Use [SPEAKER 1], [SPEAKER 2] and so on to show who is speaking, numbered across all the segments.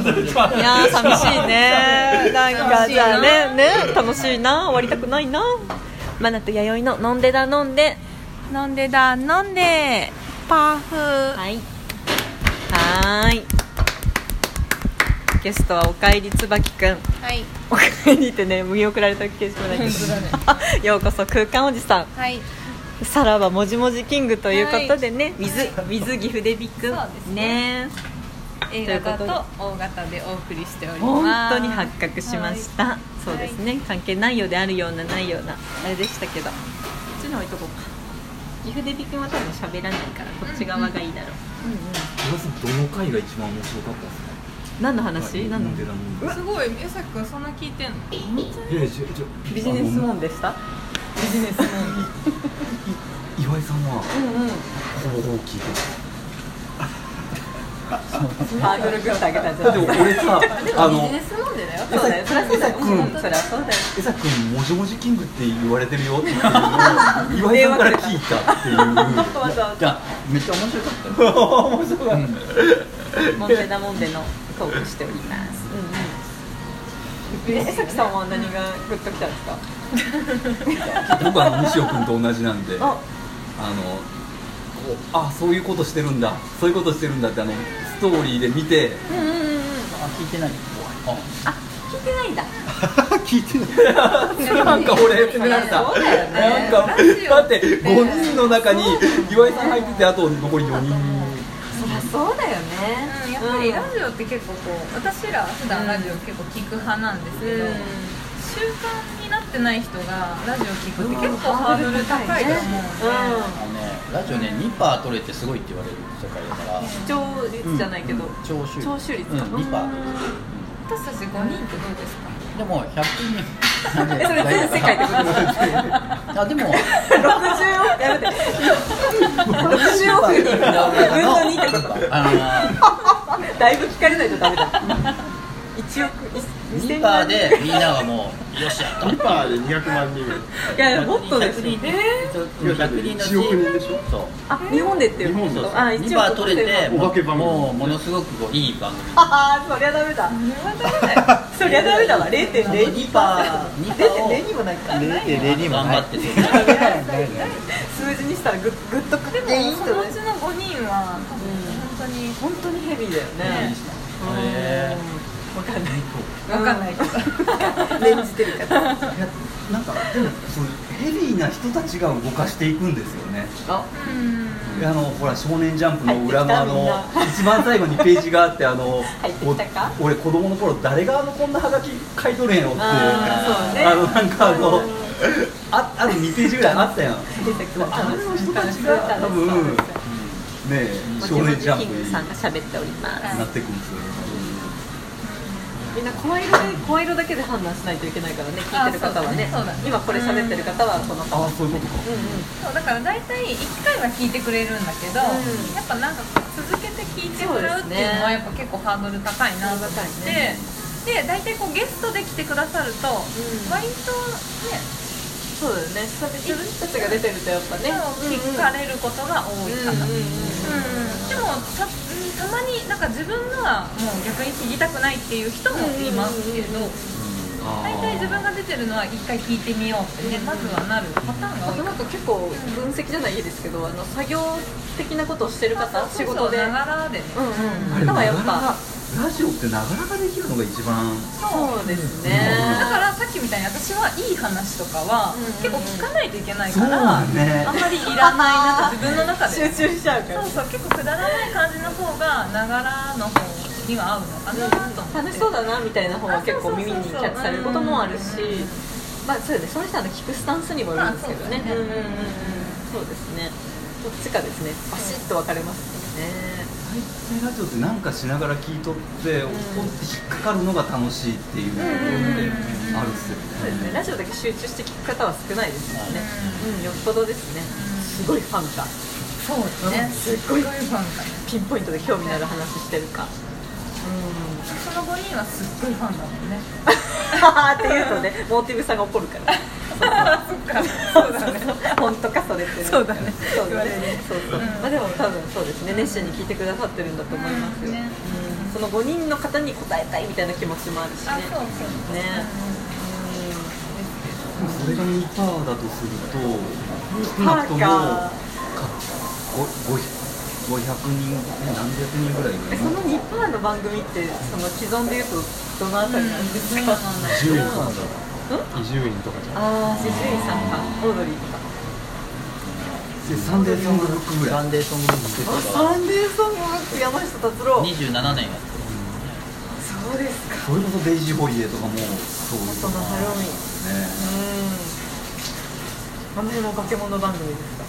[SPEAKER 1] いやー寂しい ねなんかじゃあねね楽しいな終わりたくないなマナと弥生の飲んでだ飲んで
[SPEAKER 2] 飲んでだ飲んでパーフ
[SPEAKER 1] はいはーいゲストはおかえり椿くん
[SPEAKER 2] はい
[SPEAKER 1] おかえりってね見送られたケースもないけど、 ようこそ空間おじさ
[SPEAKER 2] はい
[SPEAKER 1] んさらばもじもじキングということでね、水水岐筆びくん
[SPEAKER 2] そうです
[SPEAKER 1] ね
[SPEAKER 2] A
[SPEAKER 1] ということで
[SPEAKER 2] 型と O 型でお送りしており
[SPEAKER 1] 本
[SPEAKER 2] ます
[SPEAKER 1] 当に発覚しました、そうですね関係ないようであるようなないようなあれでしたけどこっちの置いとこうか岐阜デビ君は多分喋らないからこっち側がいいだろう、
[SPEAKER 3] まずどの回が一番面白かったですか
[SPEAKER 1] 何の話何の
[SPEAKER 3] なんでだもん
[SPEAKER 2] すごい宮崎くんそんな聞いてんの
[SPEAKER 3] いやいやちょちょ
[SPEAKER 1] ビジネスマンでしたビジネスマン
[SPEAKER 3] あの岩井さんは
[SPEAKER 1] うんうん
[SPEAKER 3] ほぼほぼ聞いて
[SPEAKER 1] ハードルグッと上げたじ
[SPEAKER 3] た
[SPEAKER 1] ゃ
[SPEAKER 3] だって
[SPEAKER 1] ん
[SPEAKER 3] 俺さあの
[SPEAKER 2] ビジネス飲んでだよ
[SPEAKER 1] そうだよそりゃそうだよ、
[SPEAKER 3] うん
[SPEAKER 1] うん、そりゃそうだよ
[SPEAKER 3] 江崎君もじもじキングって言われてるよっていうのを岩井さんから聞いたっていう
[SPEAKER 1] わざわざ
[SPEAKER 4] じゃあめっちゃ面白かったよ
[SPEAKER 3] 面白かっ
[SPEAKER 1] モンデダモンデのトークしております。うんうん。え、さきさんは何がグッときたんですか。
[SPEAKER 3] た僕はあの西尾君と同じなんで
[SPEAKER 1] あ、
[SPEAKER 3] あのこうあそういうことしてるんだそういうことしてるんだってあのストーリーで見て
[SPEAKER 1] うんうんうん。
[SPEAKER 4] あ聞いてないあ
[SPEAKER 1] あ、聞いてないんだ。
[SPEAKER 3] 聞いてないなんか俺責められた
[SPEAKER 1] そうだよね
[SPEAKER 3] なんかだって5人の中に岩井さん入っててあと残り4人
[SPEAKER 1] そりゃそうだよね
[SPEAKER 2] うん、やっぱりラジオって結構こう私ら普段ラジオ結構聞く派なんですけど、習慣になってない人がラジオ聞くって結構ハードル高いと思うので、
[SPEAKER 4] あのねラジオね2パー取れてすごいって言われる世界だから
[SPEAKER 1] うん。視聴率じゃないけど。
[SPEAKER 4] 聴取
[SPEAKER 1] 聴取率か
[SPEAKER 4] うん2パー取れてる
[SPEAKER 2] 私たち5人ってどうですか
[SPEAKER 4] うんでも100人な ん
[SPEAKER 1] えそれ全世界ってことですか。
[SPEAKER 4] あ でも
[SPEAKER 1] 六十億やめて。六十億人分の二ってこ
[SPEAKER 4] あ
[SPEAKER 1] と。だいぶ聞かれないとダメだ。一億
[SPEAKER 4] の
[SPEAKER 1] 二
[SPEAKER 4] 2
[SPEAKER 1] 千
[SPEAKER 4] パー
[SPEAKER 1] 万
[SPEAKER 4] でみんなはもうよっしゃと
[SPEAKER 5] リパーで200万人ぐらい
[SPEAKER 1] いやもっとですよ。
[SPEAKER 4] 100人のうち
[SPEAKER 5] 1億人でしょ
[SPEAKER 4] そう
[SPEAKER 1] あ、日本でっていうこ
[SPEAKER 5] 日本
[SPEAKER 1] と。
[SPEAKER 5] で
[SPEAKER 1] あ、
[SPEAKER 4] 2パー取れて
[SPEAKER 5] お化け番組
[SPEAKER 4] もうものすごくこういい番組
[SPEAKER 1] ああそりゃダメだそりゃダメだわ0.02
[SPEAKER 4] 2パー2パーを
[SPEAKER 1] 0.02もないか
[SPEAKER 4] 0.02頑張ってそう
[SPEAKER 1] 数字にしたらグッグッとく
[SPEAKER 2] で
[SPEAKER 1] っ
[SPEAKER 2] も
[SPEAKER 1] ていい
[SPEAKER 2] そ
[SPEAKER 1] 人
[SPEAKER 2] の
[SPEAKER 1] だ
[SPEAKER 2] うち
[SPEAKER 1] ね
[SPEAKER 2] の5人は多分本当に
[SPEAKER 1] 本当にヘビーだよね
[SPEAKER 4] へ
[SPEAKER 1] うんわかんない
[SPEAKER 2] 分かんないけど、
[SPEAKER 1] 念じてるから
[SPEAKER 3] いやなんかでもそのヘビーな人たちが動かしていくんですよね
[SPEAKER 1] あ
[SPEAKER 2] うん
[SPEAKER 3] あのほら「少年ジャンプ」の裏のあの
[SPEAKER 1] 入ってきたみんな
[SPEAKER 3] 一番最後にページがあってあの
[SPEAKER 1] 入ってきたか
[SPEAKER 3] お俺子供の頃誰があのこんなハガキ書いとるんやろって
[SPEAKER 1] あ
[SPEAKER 3] あ
[SPEAKER 1] ーそうね
[SPEAKER 3] のなんかあのああと2ページぐらいあったやんでもあの人たちが多分ねえ少年ジャンプ
[SPEAKER 1] キング
[SPEAKER 3] に
[SPEAKER 1] さんが喋っております
[SPEAKER 3] なってくんですよね
[SPEAKER 1] みんな声色で声色だけで判断しないといけないからね聞いてる方はね
[SPEAKER 2] あそうだねそうだね
[SPEAKER 1] 今これ喋ってる方はこの
[SPEAKER 3] あ
[SPEAKER 1] 顔
[SPEAKER 3] あそういうことか
[SPEAKER 1] うんうん
[SPEAKER 2] そうだから大体1回は聞いてくれるんだけど、
[SPEAKER 1] うん
[SPEAKER 2] やっぱなんか続けて聞いてくれるっていうのはやっぱ結構ハードル高いなと思って
[SPEAKER 1] そうですね
[SPEAKER 2] で大体こうゲストで来てくださると、
[SPEAKER 1] ん
[SPEAKER 2] 割とね
[SPEAKER 1] そうだよね久々に人たちが出てるとやっぱね
[SPEAKER 2] そう聞かれることが多いかな、うんでもたたまになんか自分がもう逆に聞きたくないっていう人もいますけど、大体自分が出てるのは1回聞いてみようってね、まずはなるパターンが
[SPEAKER 1] あ
[SPEAKER 2] 多い
[SPEAKER 1] とな
[SPEAKER 2] かなん
[SPEAKER 1] か結構分析じゃないですけどあの作業的なことをしてる方仕事でう
[SPEAKER 2] そ
[SPEAKER 1] ん
[SPEAKER 2] うながらでね
[SPEAKER 3] あ
[SPEAKER 1] う
[SPEAKER 3] れ
[SPEAKER 1] んだ
[SPEAKER 3] な
[SPEAKER 1] か
[SPEAKER 3] が
[SPEAKER 1] ら
[SPEAKER 3] ら
[SPEAKER 1] やっぱ
[SPEAKER 3] ラジオってながらができるのが一番
[SPEAKER 1] そうですね
[SPEAKER 2] だからさっきみたいに私はいい話とかは
[SPEAKER 1] うん
[SPEAKER 2] 結構聞かないといけない
[SPEAKER 3] そ
[SPEAKER 2] か
[SPEAKER 3] う
[SPEAKER 2] ら、
[SPEAKER 3] だね
[SPEAKER 2] あんまりいらないなんか自分の中で
[SPEAKER 1] 集中しちゃうか
[SPEAKER 2] そ
[SPEAKER 1] ら
[SPEAKER 2] うそう結構くだらない感じの方がながらの方には合うのかなと思って、
[SPEAKER 1] 楽しそうだなみたいな方が結構耳にキャッチされることもあるし
[SPEAKER 2] そうそうそうそう
[SPEAKER 1] まあそうですねその人の聞くスタンスにもよるんですけどね
[SPEAKER 2] まあそう
[SPEAKER 1] うんうん
[SPEAKER 2] だね
[SPEAKER 1] うんうんそうですねどっちかですねバシッと分かれますよね
[SPEAKER 3] 大体ラジオってなんかしながら聞いとって、音って引っかかるのが楽しいっていうところであるっすよ
[SPEAKER 1] そうですね
[SPEAKER 3] ね。
[SPEAKER 1] ラジオだけ集中して聞く方は少ないですもんねうんよっぽどですね
[SPEAKER 2] うん
[SPEAKER 1] すごいファンか
[SPEAKER 2] そうですね
[SPEAKER 1] すっごい
[SPEAKER 2] ファンだね
[SPEAKER 1] ピンポイントで興味のある話してる かうん
[SPEAKER 2] その5人はすっごいファンだもんね
[SPEAKER 1] って言うとねモーティブさんが怒るから
[SPEAKER 2] そっかそうだね
[SPEAKER 1] 本当かそれってね
[SPEAKER 2] そうだね
[SPEAKER 1] そうだ
[SPEAKER 2] 言われ
[SPEAKER 1] ね
[SPEAKER 2] る
[SPEAKER 1] そうそう、
[SPEAKER 2] うん
[SPEAKER 1] まあでも多分そうですね熱心に聞いてくださってるんだと思いますよ、
[SPEAKER 2] ね
[SPEAKER 1] うんその5人の方に答えたいみたいな気持ちもあるし
[SPEAKER 2] あ
[SPEAKER 1] ね
[SPEAKER 2] そうそう
[SPEAKER 1] ね
[SPEAKER 3] でもそれが2パーだとすると少
[SPEAKER 1] パ
[SPEAKER 3] なくと
[SPEAKER 1] ー
[SPEAKER 3] も
[SPEAKER 1] か
[SPEAKER 3] かごごひ500人何百人ぐらいが
[SPEAKER 1] え
[SPEAKER 3] い
[SPEAKER 1] その
[SPEAKER 3] る
[SPEAKER 1] 日本の番組ってその既存でいうとどのあたりなんですか、
[SPEAKER 2] うん
[SPEAKER 1] あ
[SPEAKER 3] 10人とかじゃん20人とかじゃん
[SPEAKER 1] あー、セシュイさんかオードリーとか
[SPEAKER 3] でサンデーソングブックぐら
[SPEAKER 4] サ
[SPEAKER 3] い
[SPEAKER 4] ンデーソングブック
[SPEAKER 1] あ
[SPEAKER 4] とか
[SPEAKER 1] サンデーソングブック山下達郎
[SPEAKER 4] 27年やってる
[SPEAKER 1] そうですか
[SPEAKER 3] それこそデイジーホリデーとかもそうで
[SPEAKER 1] そのハロウィン
[SPEAKER 3] すね
[SPEAKER 1] うんあの辺も化け物番組ですか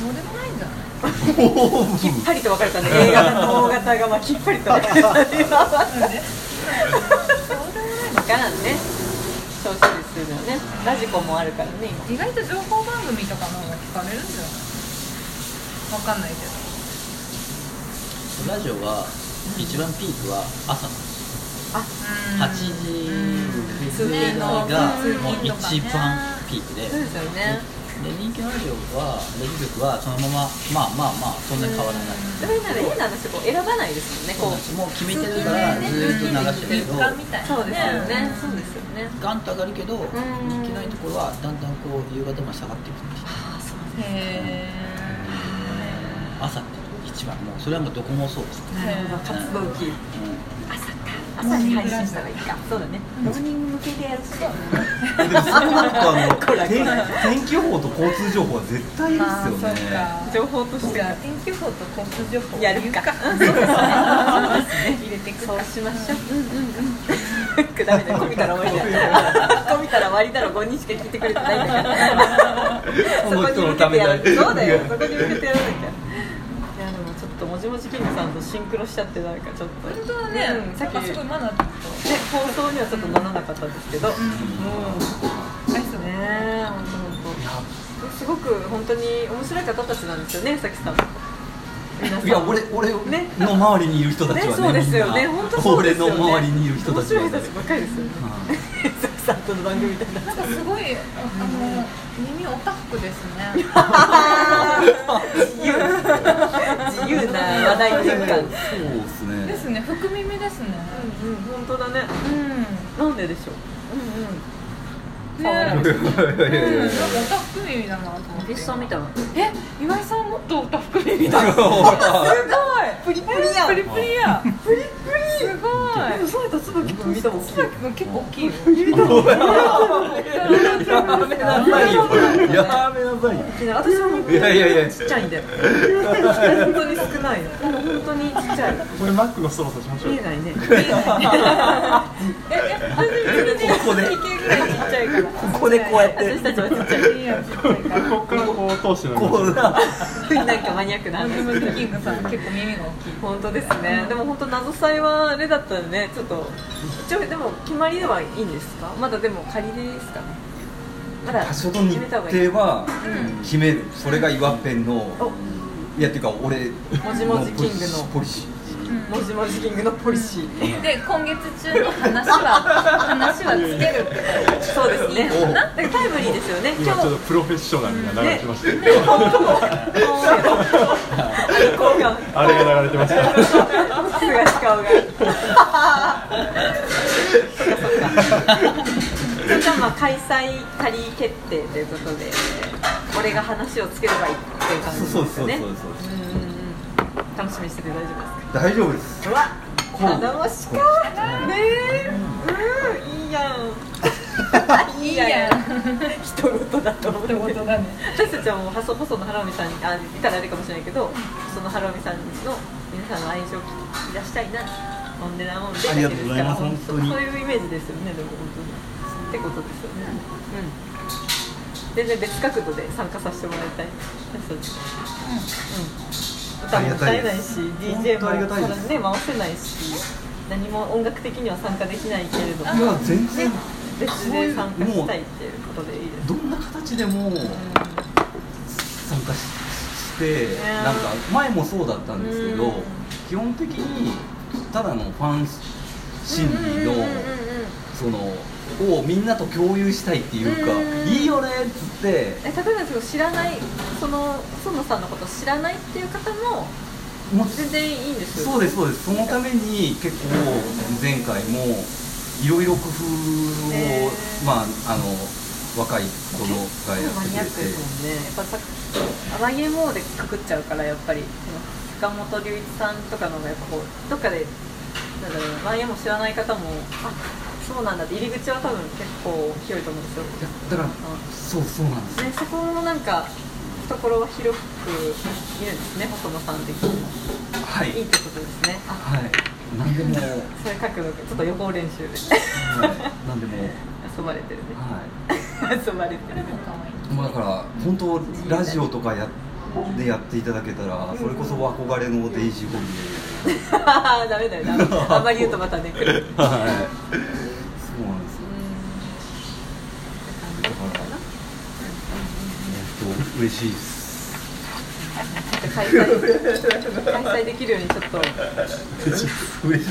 [SPEAKER 2] そうでもないんじゃない
[SPEAKER 3] おー
[SPEAKER 1] きっぱりと分かれたね映画の大型がまあきっぱりと分かれたね分からんね調子でするのねラジコもあるからね今
[SPEAKER 2] 意外と情報番組とかの方が聞かれるんじゃないわかんないけど
[SPEAKER 4] ラジオは一番ピークは朝の
[SPEAKER 2] うん
[SPEAKER 4] 8時
[SPEAKER 1] うん
[SPEAKER 4] ぐらいがも
[SPEAKER 2] う
[SPEAKER 4] う
[SPEAKER 2] ん
[SPEAKER 4] 一番ピークで
[SPEAKER 1] そうですよね
[SPEAKER 4] で人気のラジオはレジ局はそのまままあまあまあそんなに変わらない
[SPEAKER 1] それなら変な話こう選ばないですもんねこう
[SPEAKER 4] もう決めてるからずーっと流してるけど
[SPEAKER 2] 日課みたいな
[SPEAKER 1] そうですよね。そうですよね。
[SPEAKER 4] ガンと上がるけど人気ないところはだんだんこう夕方まで下がっていくんです
[SPEAKER 2] へ
[SPEAKER 4] 朝って一番もうそれはもうどこもそうですね、
[SPEAKER 1] なるほど活動期。
[SPEAKER 4] う
[SPEAKER 1] 朝に配信したらいいか。そうだね。モーニング向けでやるし。
[SPEAKER 3] でもそれなんかあの
[SPEAKER 1] こらこ
[SPEAKER 3] 天
[SPEAKER 1] ら
[SPEAKER 3] 天気予報と交通情報は絶対い
[SPEAKER 2] え
[SPEAKER 3] いで
[SPEAKER 2] まあそう
[SPEAKER 3] すよね、
[SPEAKER 2] か
[SPEAKER 1] 情報として
[SPEAKER 2] じゃあ天気予報と交通情報
[SPEAKER 1] やるか。
[SPEAKER 2] 入れていく
[SPEAKER 1] そうしましょう。うんうんうん。くだめだ。こびたら終わりだ。こびたら終わりだろ。五人しか聞いてくれてないんだから。そこに向けてやる。そうだよ。そこに向けてやらなきゃ。いやでもちょっともじもじキングさんとシンクロしちゃってなんかちょっと
[SPEAKER 2] 本当だね、
[SPEAKER 1] うん
[SPEAKER 2] さ
[SPEAKER 1] さ
[SPEAKER 2] っ
[SPEAKER 1] っ
[SPEAKER 2] き
[SPEAKER 1] き
[SPEAKER 2] すごいマナーとア
[SPEAKER 1] ね、放送にはちょっとならなかったんですけど、うん、
[SPEAKER 2] イスね
[SPEAKER 1] ねえ、本当本当。すごく本当に面白い方たちなんですよね、さきさん。皆さん
[SPEAKER 3] いや俺俺
[SPEAKER 1] ね
[SPEAKER 3] の周りにいる人たちはね
[SPEAKER 1] ね、そうですよね、
[SPEAKER 3] みんな
[SPEAKER 1] 本当そうですよね。
[SPEAKER 3] 俺の周りにいる人たちは
[SPEAKER 1] 面白い人たちばっかりですよね。さきさんとの番組みたいな。
[SPEAKER 2] なんかすごいあの耳オタフクですね
[SPEAKER 1] 自由自由な話題
[SPEAKER 3] そう
[SPEAKER 1] 転換。
[SPEAKER 3] ですね
[SPEAKER 2] ですね福耳ですね
[SPEAKER 1] うんうん、本当だね。
[SPEAKER 2] うん
[SPEAKER 1] なんででしょう。うんうん。
[SPEAKER 2] ね
[SPEAKER 1] ね
[SPEAKER 2] えうん、なんかオタフク耳だなと思って
[SPEAKER 1] え、さんみたいな。
[SPEAKER 2] え岩井さんもっとオタフク耳だすごいプリプ
[SPEAKER 1] リやん
[SPEAKER 2] プリプリやプリプリすご
[SPEAKER 1] で
[SPEAKER 2] い
[SPEAKER 1] もそうやったら椿君見たもん。
[SPEAKER 2] 椿君結構大きいよ
[SPEAKER 3] やめなさいよやめなさいよ
[SPEAKER 1] いや私はもう
[SPEAKER 3] いやいやいや
[SPEAKER 1] ちっちゃいんだよ本当に少ないのもう本当にちっちゃい
[SPEAKER 5] これマックの操作しましょう
[SPEAKER 1] 見えないね見えないええ本当に
[SPEAKER 3] ここで
[SPEAKER 1] ぐらいちっちゃいから
[SPEAKER 3] ここでこうやって
[SPEAKER 1] 私たちはちっちゃい
[SPEAKER 2] いいやつこれから
[SPEAKER 5] ここからこう通して
[SPEAKER 3] こうな
[SPEAKER 1] なんかマニアックな話
[SPEAKER 2] 自分キングさん結構耳が大きい
[SPEAKER 1] 本当ですねでも本当謎祭はあれだったらねちょっと一応でも決まりではいいんですかまだでも仮でですかねまだ
[SPEAKER 3] 場所と
[SPEAKER 1] 決
[SPEAKER 3] 日
[SPEAKER 1] めた
[SPEAKER 3] 程
[SPEAKER 1] 方がいい
[SPEAKER 3] は決めるそれが岩っぺんの
[SPEAKER 1] お
[SPEAKER 3] いやっていうか俺
[SPEAKER 1] もじもじキングの
[SPEAKER 3] ポリシー
[SPEAKER 1] もじもじキングのポリシー
[SPEAKER 2] で今月中に話は話はつけるって
[SPEAKER 1] そうですね
[SPEAKER 3] お
[SPEAKER 1] なんかタイムリーですよね今
[SPEAKER 5] 今ち
[SPEAKER 1] 日
[SPEAKER 5] ょっとプロフェッショナルが流れてましたね
[SPEAKER 1] あれが
[SPEAKER 5] あれが流れてました
[SPEAKER 1] すがし顔が。そっかそっか。じゃあまあ開催仮決定ということで、俺が話をつければいいっていう感じ
[SPEAKER 3] そうそう
[SPEAKER 1] です
[SPEAKER 3] そうそう
[SPEAKER 1] よね。うんうんうん楽しみにしてて大丈夫で
[SPEAKER 3] 大丈夫です
[SPEAKER 1] すか。うわ、頼もしか。ねえ、うん、いいや ん。
[SPEAKER 2] いいやん。
[SPEAKER 1] 人事だと思って
[SPEAKER 2] ことだね
[SPEAKER 1] 私たちはもう細々のハラミさんにあいたらあれかもしれないけどそのハラミさんの皆さんの愛情を聞き出したいなもんでなもんで
[SPEAKER 3] ありがとうございます
[SPEAKER 1] だけですか
[SPEAKER 3] 本当
[SPEAKER 1] ら
[SPEAKER 3] に
[SPEAKER 1] そういうイメージですよねでも本当にってことですよねうん全然別角度で参加させてもらいたい私たちうん、歌も歌えないし
[SPEAKER 3] ありがたいで
[SPEAKER 1] DJ
[SPEAKER 3] す
[SPEAKER 1] も
[SPEAKER 3] 本当ありがたいです
[SPEAKER 1] ね回せないし何も音楽的には参加できないけれど
[SPEAKER 3] い
[SPEAKER 1] も
[SPEAKER 3] や全然
[SPEAKER 1] 別で参加したいっていうことでいいです
[SPEAKER 3] どんな形でも参加しして
[SPEAKER 1] ね
[SPEAKER 3] なんか前もそうだったんですけ
[SPEAKER 1] うん
[SPEAKER 3] ど基本的にただのファン心理のそのをみんなと共有したいっていうか
[SPEAKER 1] うん
[SPEAKER 3] いいよねっつって
[SPEAKER 1] え例えばですけど知らないその園さんのことを知らないっていう方も
[SPEAKER 3] もう
[SPEAKER 1] 全然いいんですよ
[SPEAKER 3] そうですそうですそのために結構前回もいろいろ工夫を、
[SPEAKER 1] へー
[SPEAKER 3] まああの若い子の
[SPEAKER 1] マ
[SPEAKER 3] がやって
[SPEAKER 1] ニアック
[SPEAKER 3] くれ
[SPEAKER 1] で
[SPEAKER 3] て
[SPEAKER 1] すもんねやっぱさアワイエモーでかくっちゃうからやっぱりその坂本龍一さんとかのがやっぱこうどっかでなんだろうアワイエモー知らない方もあそうなんだって入り口は多分結構広いと思うんですよ
[SPEAKER 3] だから
[SPEAKER 1] う
[SPEAKER 3] そうそうなんです
[SPEAKER 1] んねそこもなんか懐は広く見るんですね細野さん的に
[SPEAKER 3] はい
[SPEAKER 1] いいってことですねあ
[SPEAKER 3] はいなんでも、は
[SPEAKER 1] それ書くのがちょっと予行練習
[SPEAKER 3] い、
[SPEAKER 1] で
[SPEAKER 3] なんでも
[SPEAKER 1] 遊ばれてるね
[SPEAKER 3] はい
[SPEAKER 1] 遊ばれてるね
[SPEAKER 3] まあだから本当ラジオとかやでやっていただけたらそれこそ憧れのデイジーホビ
[SPEAKER 1] ダメだよダメだよあんまり言うとまたね来る
[SPEAKER 3] ーはいそうなんですよだからね本当嬉しいです
[SPEAKER 1] 開催開催できるようにちょっと開
[SPEAKER 3] 嬉しい
[SPEAKER 1] 催で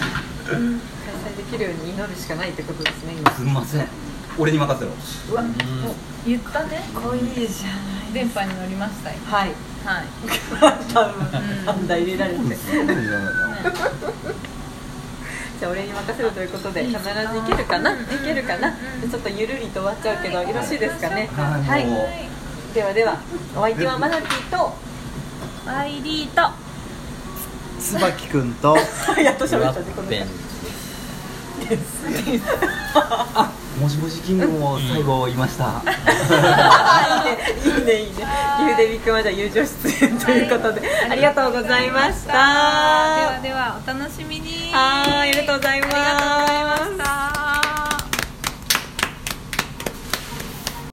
[SPEAKER 1] きるように祈るしかないってことですね今
[SPEAKER 3] すみません俺に任せろ
[SPEAKER 1] うわ
[SPEAKER 2] 言ったね
[SPEAKER 1] 濃いじゃ
[SPEAKER 2] 電波に乗りましたよ
[SPEAKER 1] ないはい
[SPEAKER 2] はい
[SPEAKER 1] 多分あんだ入れられてじゃあ俺に任せるということで必ずいけるかな
[SPEAKER 2] うん
[SPEAKER 1] いけるかな
[SPEAKER 2] うん
[SPEAKER 1] ちょっとゆるりと終わっちゃうけど
[SPEAKER 2] はい
[SPEAKER 1] よろしいですかね
[SPEAKER 3] はいもう
[SPEAKER 1] ではではお相手はマナティと
[SPEAKER 2] ID と
[SPEAKER 4] 椿君と
[SPEAKER 1] やっと喋
[SPEAKER 4] ラ
[SPEAKER 1] っちゃってこ
[SPEAKER 4] ッ
[SPEAKER 1] の
[SPEAKER 4] ペン
[SPEAKER 3] もしもしキングも最後いました
[SPEAKER 1] いいねいいねいいねゆうでびくんはじゃあ友情出演ということでありがとうございました
[SPEAKER 2] ではではお楽しみに
[SPEAKER 1] はーいありがとうございます
[SPEAKER 2] ありがとうございました